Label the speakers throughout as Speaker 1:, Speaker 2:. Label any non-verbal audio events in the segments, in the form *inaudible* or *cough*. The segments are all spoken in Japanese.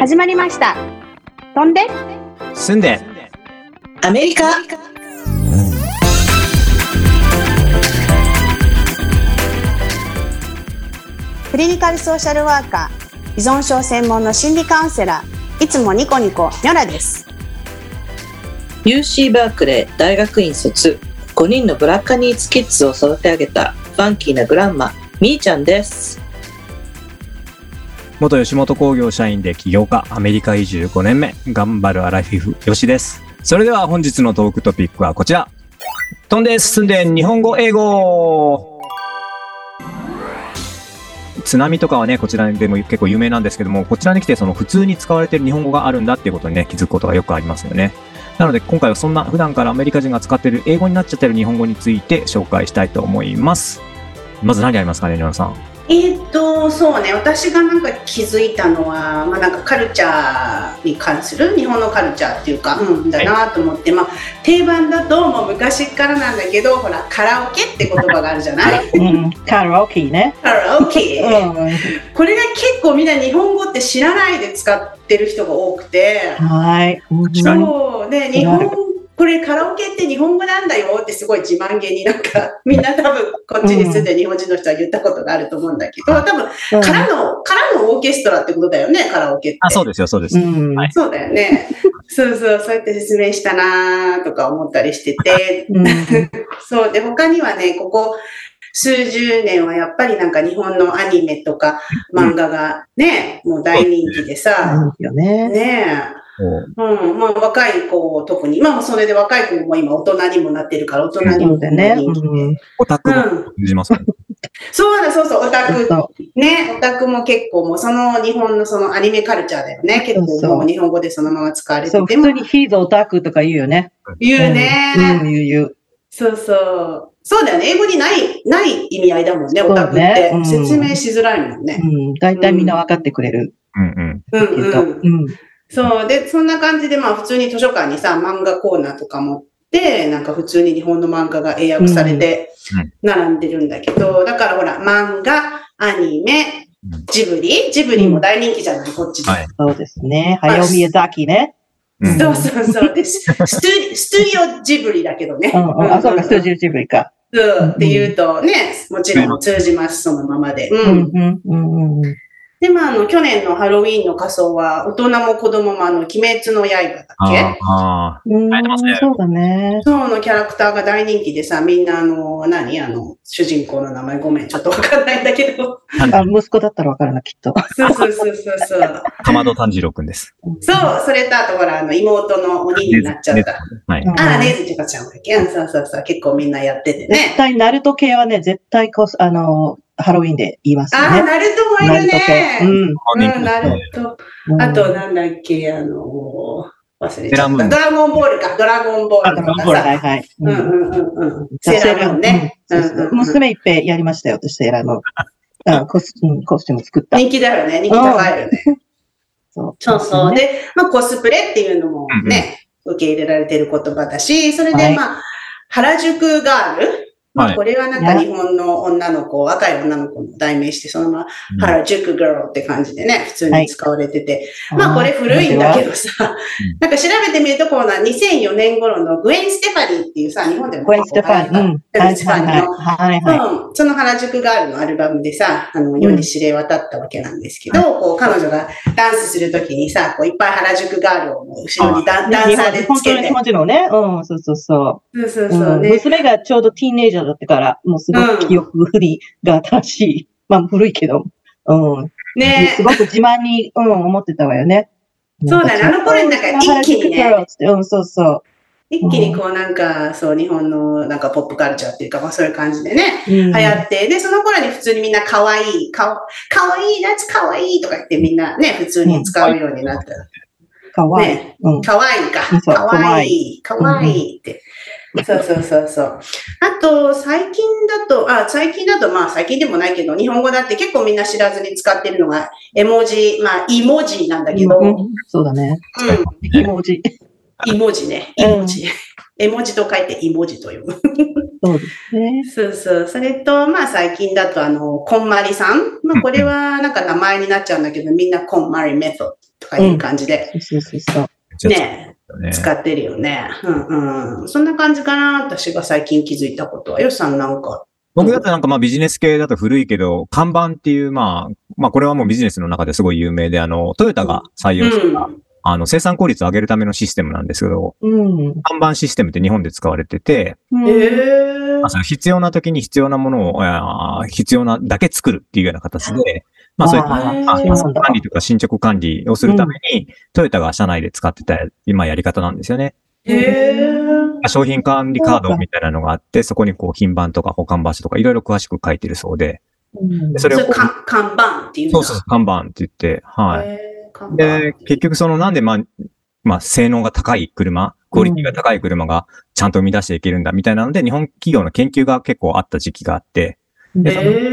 Speaker 1: 始まりました。飛んで
Speaker 2: 住んで
Speaker 3: アメリカ
Speaker 1: クリニカルソーシャルワーカー、依存症専門の心理カウンセラー、いつもニコニコ、ニョラです。
Speaker 3: UC バークレー大学院卒5人のブラッカニーズキッズを育て上げたファンキーなグランマみーちゃんです
Speaker 2: 元吉本興業社員で起業家アメリカ移住5年目頑張るアラフィフよしですそれでは本日のトークトピックはこちら飛んで進んで日本語英語津波とかはね、こちらでも結構有名なんですけども、こちらに来てその普通に使われてる日本語があるんだっていうことにね、気づくことがよくありますよね。なので今回はそんな普段からアメリカ人が使ってる英語になっちゃってる日本語について紹介したいと思います。まず何ありますかね、ニョナさん。
Speaker 4: えーっとそうね私がなんか気づいたのは、まあ、なんかカルチャーに関する日本のカルチャーっていうか、うん、だなと思って、まあ、定番だともう昔からなんだけどほらカラオケって言葉があるじゃない
Speaker 5: うん、カラオケね。
Speaker 4: カラオ
Speaker 5: う
Speaker 4: ケ、
Speaker 5: ん、
Speaker 4: これが結構みんな日本語って知らないで使ってる人が多くて、
Speaker 5: はい。
Speaker 2: 知らない
Speaker 4: そうね日本これカラオケって日本語なんだよってすごい自慢げになんかみんな多分こっちに住んでる日本人の人は言ったことがあると思うんだけど多分
Speaker 5: うん
Speaker 4: からの、からのオーケストラってことだよね、カラオケって。
Speaker 2: あ、そうですよ、そうです。
Speaker 5: うん
Speaker 2: はい
Speaker 4: そうだよね。そうそう、そうやって説明したなーとか思ったりしてて。
Speaker 5: うん
Speaker 4: そう。で、他にはね、ここ数十年はやっぱりなんか日本のアニメとか漫画がね、もう大人気でさ、
Speaker 5: よね。
Speaker 4: ねえ。うん。まあ若い子、特に、まあそれで若い子も今大人にもなってるから、大人に
Speaker 5: そ
Speaker 4: も
Speaker 5: うだね。
Speaker 4: 人気で。
Speaker 5: うん
Speaker 2: オタク
Speaker 4: う
Speaker 2: も
Speaker 4: ん。
Speaker 2: 通じますもんね。
Speaker 4: そうだ、そうそう、オタク
Speaker 5: そ
Speaker 4: ね、オタクも結構もうその日本のそのアニメカルチャーだよね。結
Speaker 5: そうそう
Speaker 4: 構もう日本語でそのまま使わ
Speaker 5: う
Speaker 4: れ
Speaker 5: そう
Speaker 4: て
Speaker 5: 普
Speaker 4: て
Speaker 5: 通
Speaker 4: も
Speaker 5: にヒーズオタクとか言うよね。
Speaker 4: 言うね、
Speaker 5: うん、言う言う。
Speaker 4: そうそう。そうだよね。英語にない、ない意味合いだもんね、
Speaker 5: そ
Speaker 4: オ
Speaker 5: うね
Speaker 4: タクって。
Speaker 5: うん
Speaker 4: 説明しづらいもんね。
Speaker 5: うん、大体みんな分かってくれる
Speaker 2: うんうん。
Speaker 4: うん
Speaker 5: け
Speaker 4: う。
Speaker 5: ど。うんん。
Speaker 4: そう。で、そんな感じでまあ普通に図書館にさ、漫画コーナーとかもって、なんか普通に日本の漫画が英訳されて
Speaker 2: うんうん
Speaker 4: 並んでるんだけど、だからほら、漫画、アニメ
Speaker 2: うん、
Speaker 4: ジブリジブリも大人気じゃない、こっちで。
Speaker 2: はい
Speaker 5: そうですね。早見えざきね。
Speaker 2: うん
Speaker 4: そうそうそう *laughs* です。ストゥスト *laughs* ゥディオジブリだけどね。
Speaker 5: うん、うんあ、そうか、スタ
Speaker 4: オ。
Speaker 5: ジオジブリか。
Speaker 4: うんって言うとね、もちろん通じます、そのままで。
Speaker 5: う
Speaker 4: うんん。、
Speaker 5: うん、うん、うん。
Speaker 4: で、まあ、あの、去年のハロウィーンの仮装は、大人も子供も、あの、鬼滅の刃だっ
Speaker 2: あ
Speaker 4: け
Speaker 2: ーあ
Speaker 5: うん
Speaker 2: 入ってますね
Speaker 5: そうだね。
Speaker 4: そうのキャラクターが大人気でさ、みんな、あの、何あの、主人公の名前ごめん、ちょっとわかんないんだけど。
Speaker 5: あ、息子だったら分かるな、きっと。
Speaker 4: そうそうそうそうそう。
Speaker 2: ー、かまど炭治郎くんです。
Speaker 4: そう、それとあと、ほら、あの、妹の鬼になっちゃった。
Speaker 2: はい。
Speaker 5: うん
Speaker 4: ああ、ねずちかちゃんだっけうんそうそうそう。結構みんなやっててね
Speaker 5: 絶。対、ナルト系はね、絶対こそ、あの、ハロウィンで言いますよ
Speaker 4: ああ、
Speaker 5: ね。
Speaker 4: ナルトも
Speaker 5: ナ
Speaker 4: い
Speaker 5: ル
Speaker 4: る
Speaker 5: ト系。う
Speaker 4: ね。
Speaker 5: ん。
Speaker 4: うん、ナルト。
Speaker 5: うん
Speaker 4: あと、なんだっけ、あのー、忘れ
Speaker 2: セ
Speaker 4: ち
Speaker 2: ラ
Speaker 4: ゃ
Speaker 2: ーム
Speaker 4: っ
Speaker 2: ーン
Speaker 4: た。ドラゴンボールか、ドラゴンボー
Speaker 5: あ
Speaker 4: ル
Speaker 5: ド
Speaker 4: と
Speaker 5: ラ
Speaker 4: か
Speaker 5: ゴンボール、は
Speaker 4: さ。
Speaker 5: いはい。
Speaker 4: う
Speaker 5: うんん
Speaker 4: うんうんうん。セラームーンね。
Speaker 5: うんそうそう
Speaker 4: うん
Speaker 5: 娘いっぺんやりましたよ、私、セーラーの。
Speaker 4: *laughs*
Speaker 5: あコスうんコスチューム作った。
Speaker 4: 人気だよね。人気高いよね。
Speaker 5: そう
Speaker 4: そうそう。
Speaker 5: ね。
Speaker 4: で、まあ、コスプレっていうのもね、受け入れられてる言葉だし、それ
Speaker 5: は
Speaker 4: で
Speaker 5: い
Speaker 4: まあ、原宿ガール。ま
Speaker 2: は
Speaker 4: あ、
Speaker 2: い
Speaker 4: これはなんか日本の女の子、若い女の子の代名詞で、そのま
Speaker 2: うん
Speaker 4: ま原宿ガールって感じでね、普通に使われてて、まあこれ古いんだけどさ
Speaker 2: うん、
Speaker 4: なんか調べてみると、こうな2004年頃のグエン・ステファニーっていうさ、日本でも
Speaker 5: グエン・ステファニー。うん。
Speaker 4: グエンステファニーの
Speaker 5: はいはいはい。はいはい。
Speaker 4: うんその原宿ガールのアルバムでさ、あの、世に知れ渡ったわけなんですけど、こう、彼女がダンスするときにさ、こう、いっぱい原宿ガールをもう後ろにダンダンサーで
Speaker 5: 本
Speaker 4: つ
Speaker 5: 当
Speaker 4: け
Speaker 5: に
Speaker 4: て
Speaker 5: 気。持ちのね。うん、そうそうそ
Speaker 4: そうそう
Speaker 5: う。
Speaker 4: そう。
Speaker 5: うん
Speaker 4: で、
Speaker 5: 娘がちょうどティーンエイジャーだったから、もうすごく記憶振りが正しい。まあ古いけど。うん。
Speaker 4: ね
Speaker 5: す、ごく自慢に、うん、思ってたわよね。
Speaker 4: そうだねあの頃になんか一気にね
Speaker 5: 原宿 girls ってうん、そうそう。
Speaker 4: 一気にこうなんか、そう、日本のなんかポップカルチャーっていうか、まあそういう感じでね、
Speaker 5: 流
Speaker 4: 流行って、で、その頃に普通にみんな可愛い、かわ可愛い、夏可愛いとか言ってみんなね、普通に使うようになった。
Speaker 5: かわいい。
Speaker 4: ね、
Speaker 5: うん。
Speaker 4: 可愛いか
Speaker 5: そう。
Speaker 4: 可愛い、可愛いって。そうそうそうそう。あと、最近だと、あ、最近だと、まあ最近でもないけど、日本語だって結構みんな知らずに使ってるのが、絵文字、まあ、イモジなんだけど、う、
Speaker 5: うんんそうだね。
Speaker 2: ね
Speaker 5: 絵文字。
Speaker 4: イモジね、
Speaker 5: う
Speaker 4: イ
Speaker 5: ん
Speaker 4: モジ。絵文字と書いてイモジと呼ぶ。
Speaker 5: そうですね。
Speaker 4: そうそう。それと、まあ最近だと、あの、こんまりさん。まあこれはなんか名前になっちゃうんだけど、みんなこんまりメソッドとかいう感じで、
Speaker 5: そうそうそう。
Speaker 2: じゃあ
Speaker 4: ね、
Speaker 2: そうだよね
Speaker 4: 使ってるよね。うんうん。そんな感じかな、私が最近気づいたことは。よしさんなんか。
Speaker 2: 僕だとなんかまあビジネス系だと古いけど、看板っていうまあ、まあこれはもうビジネスの中ですごい有名で、あの、トヨタが採
Speaker 4: う
Speaker 2: 用した、
Speaker 4: ん。
Speaker 2: あの、生産効率を上げるためのシステムなんですけど、
Speaker 5: うん。
Speaker 2: 看板システムって日本で使われてて、
Speaker 4: えー
Speaker 2: まあ、その必要な時に必要なものを、あー必要なだけ作るっていうような形で、まあそういった
Speaker 5: あ
Speaker 4: ー
Speaker 2: まあ
Speaker 4: そう
Speaker 5: なんだ
Speaker 2: 管理とか進捗管理をするために、トヨタが社内で使ってた今やり方なんですよね。
Speaker 4: えー
Speaker 2: 商品管理カードみたいなのがあって、そこにこう品番とか保管場所とかいろいろ詳しく書いてるそうで、
Speaker 5: うん
Speaker 2: でそれ
Speaker 4: そ
Speaker 2: を
Speaker 4: れか看板っていうんだ
Speaker 2: そうそう、看板って言って、はい。
Speaker 4: えー看板
Speaker 2: で、結局そのなんでまあ、まあ、性能が高い車、クオリティが高い車がちゃんと生み出していけるんだみたいなので、日本企業の研究が結構あった時期があって、
Speaker 4: え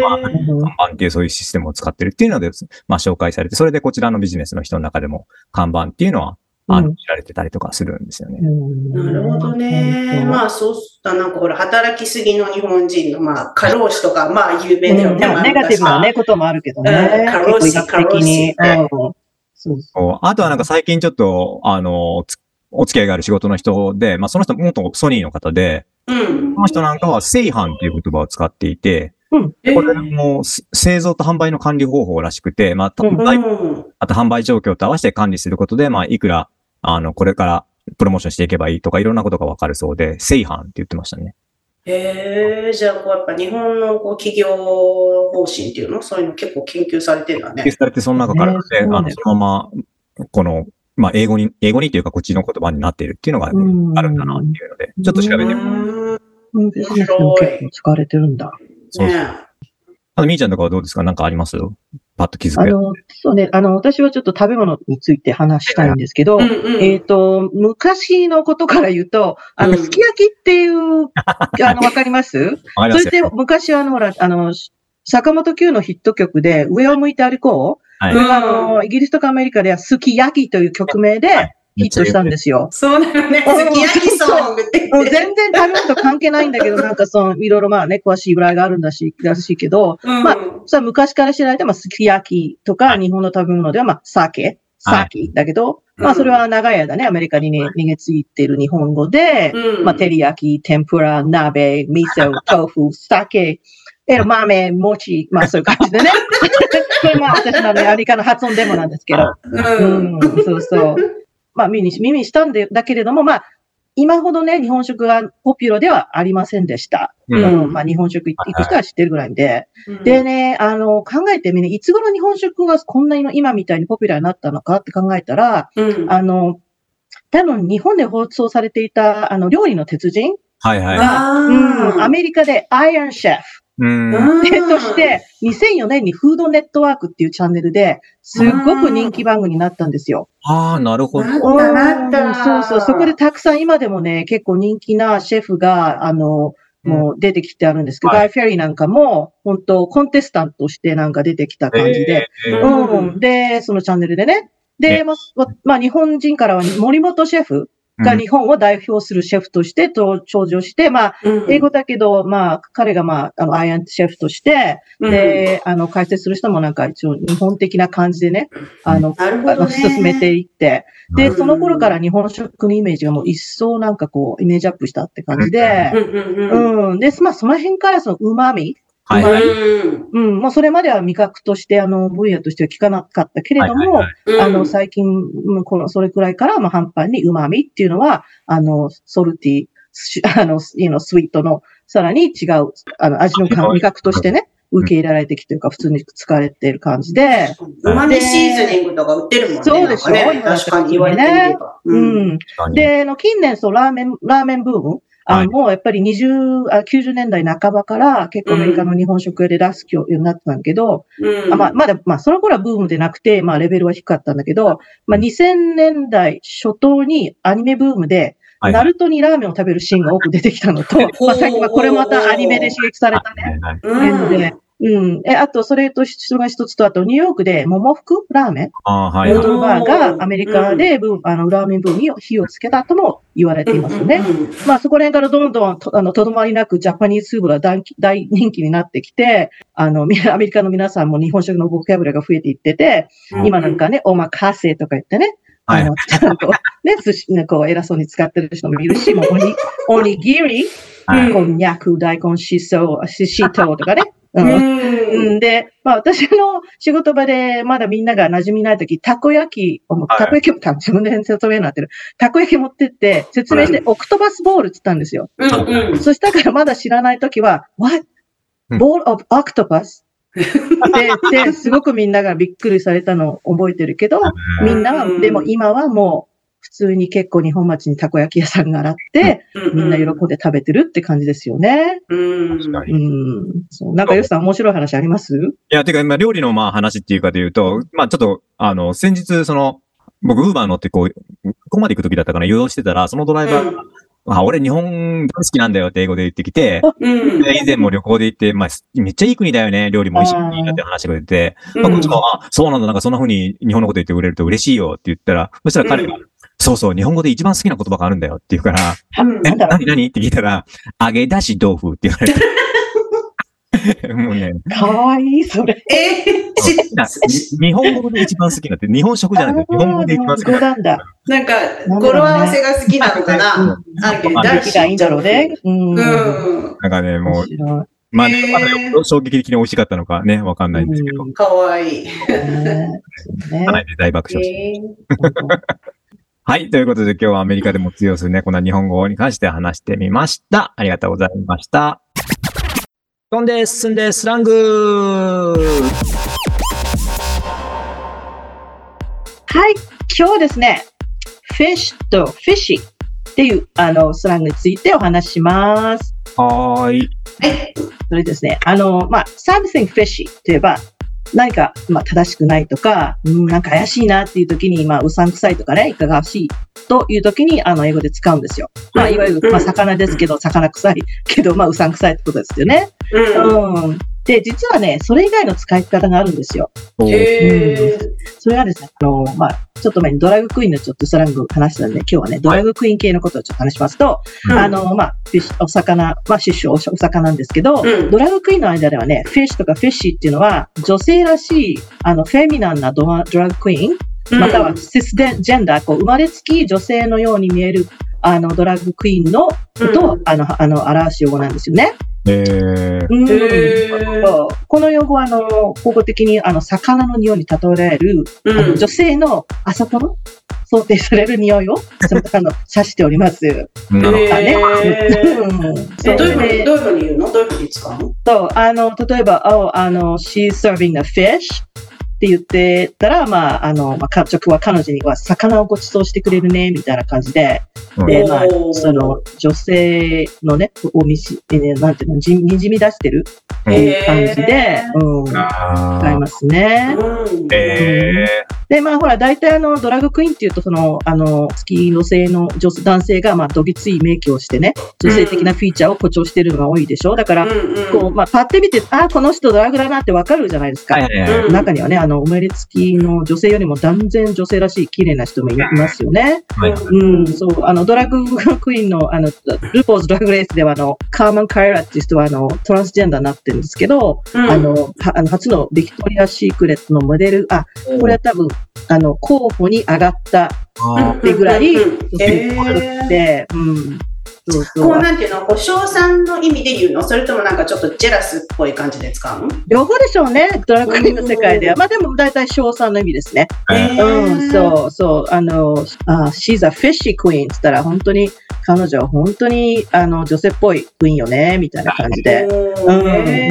Speaker 2: ま
Speaker 4: ー
Speaker 2: 看板っていうそういうシステムを使ってるっていうので、まあ、紹介されて、それでこちらのビジネスの人の中でも看板っていうのは、あ
Speaker 5: う
Speaker 2: の、
Speaker 5: ん
Speaker 2: 知られてたりとかするんですよね。
Speaker 5: な
Speaker 4: なるほどね。まあそうだ、なんかほら、働きすぎの日本人の、まあ、過労死とか、まあ有名だよね。まあ
Speaker 5: ネガティブなね、こともあるけどね。
Speaker 4: うん過労死
Speaker 5: 結構医学的に。
Speaker 4: 過
Speaker 5: うんそうそ
Speaker 2: こうあとはなんか最近ちょっと、あの、つお付き合いがある仕事の人で、まあその人元ソニーの方で、
Speaker 4: うん
Speaker 2: こ。の人なんかは正反っていう言葉を使っていて、
Speaker 4: え
Speaker 2: これもす製造と販売の管理方法らしくて、まあ、た
Speaker 5: うん
Speaker 2: 在庫
Speaker 4: うん
Speaker 2: あと販売状況と合わせて管理することで、まあいくら、あの、これからプロモーションしていけばいいとかいろんなことがわかるそうで、正反って言ってましたね。
Speaker 4: へえじゃあ、こう、やっぱ日本のこう企業方針っていうのそういうの結構研究されてるんだ
Speaker 2: で、
Speaker 4: ね。
Speaker 2: されてその中から、
Speaker 5: ね
Speaker 2: で
Speaker 5: そうだ
Speaker 2: あ
Speaker 5: よ
Speaker 2: のそのまま、この、まあ英語に、英語にというかこっちの言葉になっているっていうのが
Speaker 5: う。うん
Speaker 2: あるんだなっていうので、ちょっと調べてみます
Speaker 4: うん
Speaker 5: うんビジネスでも結構使われてるんだ。
Speaker 2: そうそう
Speaker 4: ね
Speaker 2: あの、みーちゃんとかはどうですかなんかありますパッと気づ
Speaker 5: あ
Speaker 2: くや
Speaker 5: の、そうね、あの、私はちょっと食べ物について話したいんですけど、
Speaker 4: うんうん
Speaker 5: えっ、と、昔のことから言うと、あの、
Speaker 4: うん
Speaker 5: すき焼きっていう、あの、わかります
Speaker 2: つ。わかり
Speaker 5: そ
Speaker 2: ま
Speaker 5: れ
Speaker 2: す
Speaker 5: で
Speaker 2: よ。
Speaker 5: 昔はあの、ほら、あの、坂本九のヒット曲で、上を向いて歩こう。
Speaker 2: は
Speaker 5: こ
Speaker 2: い。
Speaker 5: れはあの、イギリスとかアメリカでは、すき焼きという曲名
Speaker 2: は
Speaker 5: でヒットしたんですよ。
Speaker 4: そうだよね。
Speaker 5: うん
Speaker 4: すき焼きソングって
Speaker 5: う
Speaker 4: 言っ
Speaker 5: ん
Speaker 4: て。
Speaker 5: 全然食べ物と関係ないんだけど、なんかその、いろいろまあね、詳しい由来があるんだし、らしいけど、
Speaker 4: うん
Speaker 5: まあそれは昔から知られて、まあ、すき焼きとか、日本の食べ物では、まあ、鮭、
Speaker 2: はい
Speaker 5: 鮭だけど、まあ、それは長い間ね、アメリカにね、逃げついてる日本語で、
Speaker 4: うん
Speaker 5: まあ、照り焼き、天ぷら、鍋、味噌、豆腐、酒、えら豆、餅、まあ、そういう感じでね。これまあ、私のね、アメリカの発音デモなんですけど、
Speaker 4: う。
Speaker 5: うんん、そうそう。まあ、耳に、耳にしたんで、だけれども、まあ、今ほどね、日本食がポピュラーではありませんでした。
Speaker 2: う。
Speaker 5: うんん、まあ、日本食行く人は知ってるぐらいで。
Speaker 4: うん
Speaker 5: でね、あの、考えてみね、いつ頃日本食がこんなに今みたいにポピュラーになったのかって考えたら、
Speaker 4: うん
Speaker 5: あの、多分日本で放送されていた、あの、料理の鉄人、
Speaker 2: はいは
Speaker 4: あ
Speaker 5: うん、
Speaker 4: ー
Speaker 5: アメリカでアイアンシェフ
Speaker 2: い。うん。
Speaker 5: でとして、2004年にフードネットワークっていうチャンネルで、すっごく人気番組になったんですよ。
Speaker 2: ああ、なるほど。
Speaker 4: なったなった
Speaker 5: うんそうそう、そこでたくさん今でもね、結構人気なシェフが、あの、もう出てきてあるんですけど、
Speaker 2: はい
Speaker 5: ガイ・フェリーなんかも、本当コンテスタントとしてなんか出てきた感じで、
Speaker 2: えーえー
Speaker 4: うん
Speaker 5: うん。で、そのチャンネルでね。
Speaker 2: ね
Speaker 5: で、まあ、わまあ、日本人からは森本シェフが
Speaker 2: うん
Speaker 5: 日本を代表するシェフとして登場して、まあ、
Speaker 4: うん
Speaker 5: 英語だけど、まあ、彼がまあ、あの、アイアンシェフとして、
Speaker 4: うん
Speaker 5: で、あの、解説する人もなんか一応日本的な感じでね、あの、
Speaker 4: なるほ
Speaker 5: あ
Speaker 4: ど
Speaker 5: の
Speaker 4: ね。
Speaker 5: 進めていって、
Speaker 2: う
Speaker 5: で、
Speaker 4: ん
Speaker 5: その頃から日本食のイメージがもう一層なんかこう、イメージアップしたって感じで
Speaker 4: う、んうんうん。
Speaker 5: うん。で、まあ、その辺からその旨味、
Speaker 2: はいはい。
Speaker 4: うん
Speaker 5: うん、もうそれまでは味覚として、あの、分野としては聞かなかったけれども、
Speaker 2: はいはいはい
Speaker 4: うん
Speaker 5: あの、最近、うんこの、それくらいから、まあ、半端に旨味っていうのは、あの、ソルティ、し *laughs* あの、you know スイートの、さらに違う、あの、味の感
Speaker 2: はい
Speaker 5: 味覚としてね、受け入れられてきてるか、普通に使われてる感じで、
Speaker 4: うまみシーズニングとか売ってるもんね。
Speaker 5: そうでしょ
Speaker 4: なんかね確かに言われてみれば。
Speaker 5: う
Speaker 4: うん
Speaker 5: ん。
Speaker 2: 確かに
Speaker 5: で、あの、近年、そう、ラーメン、ラーメンブーム、
Speaker 2: は
Speaker 5: あ
Speaker 2: い
Speaker 5: の、もうやっぱり20、あ90年代半ばから、結構アメリカの日本食で出すようになってたんだけど、
Speaker 4: うん
Speaker 5: あまあ、まだ、まあ、その頃はブームでなくて、まあ、レベルは低かったんだけど、まあ、2000年代初頭にアニメブームで、
Speaker 2: はい
Speaker 5: ナルトにラーメンを
Speaker 2: *laughs*
Speaker 5: 食べるシーンが多く出てきたのと、まあ、最近はこれまたアニメで刺激されたね。
Speaker 2: はいはい
Speaker 4: うん
Speaker 5: なので、うん。え、あと、それと、それが一つと、あと、ニューヨークで、桃福ラーメン、
Speaker 2: ああー、は
Speaker 5: ノ
Speaker 2: い
Speaker 5: ー
Speaker 2: はい。
Speaker 5: ドルバー
Speaker 4: お
Speaker 5: が
Speaker 4: ー
Speaker 5: アメリカで、ブームあの、ラーメンブームに火をつけたとも言われていますよね。
Speaker 4: うんうん
Speaker 5: まあ、そこら辺からどんどんと、あの、とどまりなく、ジャパニーズスープが大大人気になってきて、あの、みアメリカの皆さんも日本食のボキャブラが増えていってて、
Speaker 4: うん
Speaker 5: 今なんかね、おまかせとか言ってね、
Speaker 2: はい
Speaker 5: あの、ちゃんと、ね、 *laughs* 寿司、ね、こう、偉そうに使ってる人もいるし、もうおに、おにぎり、
Speaker 2: はい
Speaker 5: こんにゃく、大根、しそ、ししとうとかね。
Speaker 4: う
Speaker 5: うん。
Speaker 4: ん
Speaker 5: うん、で、まあ私の仕事場でまだみんなが馴染みないとき、たこ焼きをも、
Speaker 2: はい
Speaker 5: たこ焼きも、た自分で説明になってる。たこ焼き持ってって、説明して、オクトバスボールって言ったんですよ。
Speaker 4: うん
Speaker 5: そしたからまだ知らないときは、What?
Speaker 2: うん
Speaker 5: Ball of Octopus? で、で、すごくみんながびっくりされたのを覚えてるけど、みんなは
Speaker 4: うん
Speaker 5: でも今はもう、普通に結構日本町にたこ焼き屋さんがあって、
Speaker 4: うん
Speaker 5: みんな喜んで食べてるって感じですよね。
Speaker 4: うん
Speaker 2: 確かに。
Speaker 5: う
Speaker 2: い
Speaker 5: ん。そうなんかよしさん面白い話あります
Speaker 2: や、てか、今、料理のまあ話っていうかで言うと、まあちょっと、あの、先日、その、僕、ウーバー乗ってこう、ここまで行く時だったかな、誘導してたら、そのドライバーが、あ、俺日本大好きなんだよって英語で言ってきて、
Speaker 4: うん
Speaker 2: で以前も旅行で行って、まあ、めっちゃいい国だよね、料理も美味しい国だって話が出て、まあ、こっちも、あ、そうなんだ、なんかそんな風に日本のこと言ってくれると嬉しいよって言ったら、そしたら彼が、
Speaker 4: う
Speaker 2: そうそう、日本語で一番好きな言葉があるんだよって言うから、
Speaker 4: うん
Speaker 2: え
Speaker 5: なんだろ
Speaker 2: 何何って聞いたら、揚げ出し豆腐って言われて。 *laughs* もうね、
Speaker 5: うかわいい、それ。
Speaker 4: え *laughs* ーし
Speaker 2: な日本語で一番好きなんて、日本食じゃなくて、日本語で一番好き
Speaker 5: あー
Speaker 2: な
Speaker 5: なんだ。
Speaker 4: なんか
Speaker 5: ろうね
Speaker 4: 語呂合わせが好きなのか
Speaker 5: う
Speaker 4: な。あげ
Speaker 2: あ
Speaker 5: 時がいいんだろうね。うん。
Speaker 4: うん。
Speaker 2: なんかね、も
Speaker 5: 面
Speaker 2: う、
Speaker 5: 白
Speaker 2: まあね、まだ
Speaker 4: へー
Speaker 2: 衝撃的に美味しかったのかね、わかんないんですけど、
Speaker 4: かわいい。
Speaker 5: ねそうね
Speaker 2: かなり大爆笑して。
Speaker 4: えー
Speaker 2: はい、ということで今日はアメリカでも通用するね、こんな日本語に関して話してみました。ありがとうございました。飛んで進んでスラング
Speaker 5: はい、今日はですね、フィッシュとフィッシーっていうあのスラングについてお話しします。
Speaker 2: はーい。
Speaker 4: はい。
Speaker 5: それですね、あの、まあ、something fishy といえば、何か、まあ、正しくないとか、うん、なんか怪しいなっていう時に、まあ、うさんくさいとかね、いかがわしいという時に、あの、英語で使うんですよ。まあ、いわゆる、まあ、魚ですけど、魚臭いけど、まあ、うさんくさいってことですよね。
Speaker 4: うん。
Speaker 5: うん。で、実はね、それ以外の使い方があるんですよ。
Speaker 2: おー
Speaker 4: へー
Speaker 5: それがですね、あの、まあ、ちょっと前にドラァグクイーンのちょっとスラングを話したんで、今日はね、ドラァグクイーン系のことをちょっと話しますと、
Speaker 2: うん
Speaker 5: あの、まあ、フィッシュお魚、まあ、シッシュおお魚なんですけど、
Speaker 4: うん
Speaker 5: ドラァグクイーンの間ではね、フィッシュとかフィッシーっていうのは、女性らしい、あの、フェミナンなドラドラァグクイーン、またはシスデンジェンダー、こう、生まれつき女性のように見える、あの、ドラァグクイーンのことを、あの、あの、表す用語なんですよね。
Speaker 2: えー
Speaker 5: うん
Speaker 4: へー
Speaker 5: そうこの用語は、あの、方向的に、あの、魚の匂いに例えられる、
Speaker 4: う
Speaker 5: あの
Speaker 4: ん。
Speaker 5: 女性のあそこの想定される匂
Speaker 4: *laughs*
Speaker 5: いを、そのあの、指しております。
Speaker 2: なるほど。
Speaker 5: あね
Speaker 4: へー
Speaker 5: うん
Speaker 4: えどういうふうに
Speaker 5: で
Speaker 4: どういうふうに言うのどういうふうに使うの
Speaker 5: そう、あの、例えば、oh, あの、she's serving a fish って言ってたら、まあ、あの、まあ、か直は彼女には魚をご馳走してくれるね、みたいな感じで、
Speaker 2: うん
Speaker 5: で、まあ
Speaker 4: お、ー
Speaker 5: その、女性のね、お見し、えーなんていうの、じにじみ出してるっていう感じで
Speaker 4: へ、
Speaker 5: うん、使
Speaker 2: あ
Speaker 5: い
Speaker 2: ー
Speaker 5: ますね。
Speaker 4: うん
Speaker 2: え
Speaker 5: で、まあほら、大体あの、ドラッグクイーンっていうと、その、あの、スキーの性の女性男性が、まあ、どぎついメイクをしてね、女性的なフィーチャーを誇張してるのが多いでしょ。だから、
Speaker 4: うん
Speaker 5: こう、まあ、パッて見て、ああ、この人ドラッグだなってわかるじゃないです
Speaker 2: ー、
Speaker 5: か。
Speaker 2: はいはいはい。
Speaker 4: うん
Speaker 5: 中にはね、あの、生まれつきの女性よりも断然女性らしい綺麗な人もいますよね。うん、そう、あの、ドラッグクイーンの、あの、ルポーズドラッグレースでは、あの、カーマン・カイラっていう人は、あの、トランスジェンダーになってるんですけど、
Speaker 4: *laughs* うん
Speaker 5: あの、はあの初のビクトリア・シークレットのモデル、あ、これは多分、あの、候補に上がった
Speaker 2: あ
Speaker 5: ってぐらい
Speaker 4: うんうん
Speaker 5: で、
Speaker 4: へー
Speaker 5: うん。そうそ
Speaker 4: こう
Speaker 5: う。
Speaker 4: なんていうのこう称賛の意味で言うのそれともなんかちょっとジェラスっぽい感じで使うの
Speaker 5: 両方でしょうね、ドラクエの世界では。まあでも大体称賛の意味ですね。
Speaker 2: ー
Speaker 5: うん、そうそう。あの、あ she's a fishy queen って言ったら、本当に、彼女は本当に、あの、女性っぽいクイーンよね、みたいな感じで。
Speaker 4: う
Speaker 5: うん、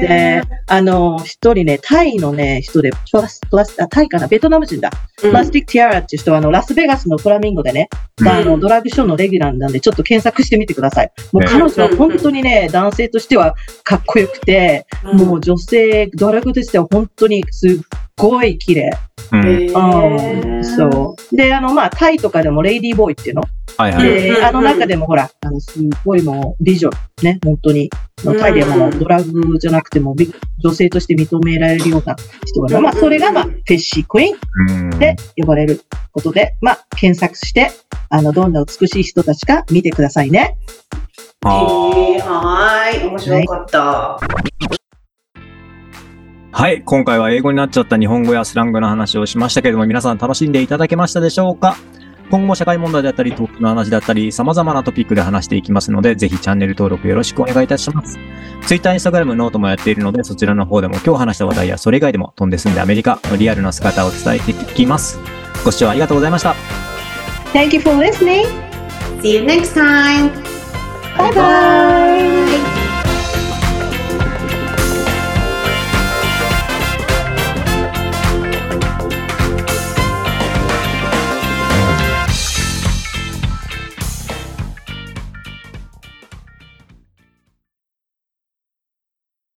Speaker 5: で、あの、一人ね、タイのね、人で、プラス、プラス、あ、タイかな、ベトナム人だ。プラスティックティアラっていう人は、あの、ラスベガスのフラミンゴでね、
Speaker 2: うん
Speaker 5: あの、ドラッグショーのレギュラーなんで、ちょっと検索してみてください。もう
Speaker 2: ね
Speaker 5: 彼女は本当にね、男性としてはかっこよくて、もう女性、ドラッグとしては本当にすごい綺麗。
Speaker 2: うん。
Speaker 5: うん、そう。で、あの、まあ、タイとかでもレイディーボーイっていうの
Speaker 2: はいは
Speaker 4: うん
Speaker 2: い。
Speaker 5: で、
Speaker 4: うん
Speaker 5: あの中でもほら、あの、すごいもう美女、ね、本当に。
Speaker 4: うん
Speaker 5: タイでもドラッグじゃなくても、び女性として認められるような人が、まあ、それが、まあ、フェッシークイーン
Speaker 2: うん。
Speaker 5: で呼ばれることで、まあ、検索して、あの、どんな美しい人たちか見てくださいね。
Speaker 2: あー
Speaker 4: へーはーい、面白かった。
Speaker 2: はい。今回は英語になっちゃった日本語やスラングの話をしましたけれども、皆さん楽しんでいただけましたでしょうか今後も社会問題であったり、トークの話だったり、様々なトピックで話していきますので、ぜひチャンネル登録よろしくお願いいたします。Twitter、Instagram、ノートもやっているので、そちらの方でも今日話した話題やそれ以外でも飛んで住んでアメリカのリアルな姿を伝えていきます。ご視聴ありがとうございました。
Speaker 5: Thank you for listening!
Speaker 4: See you next time!
Speaker 5: Bye bye!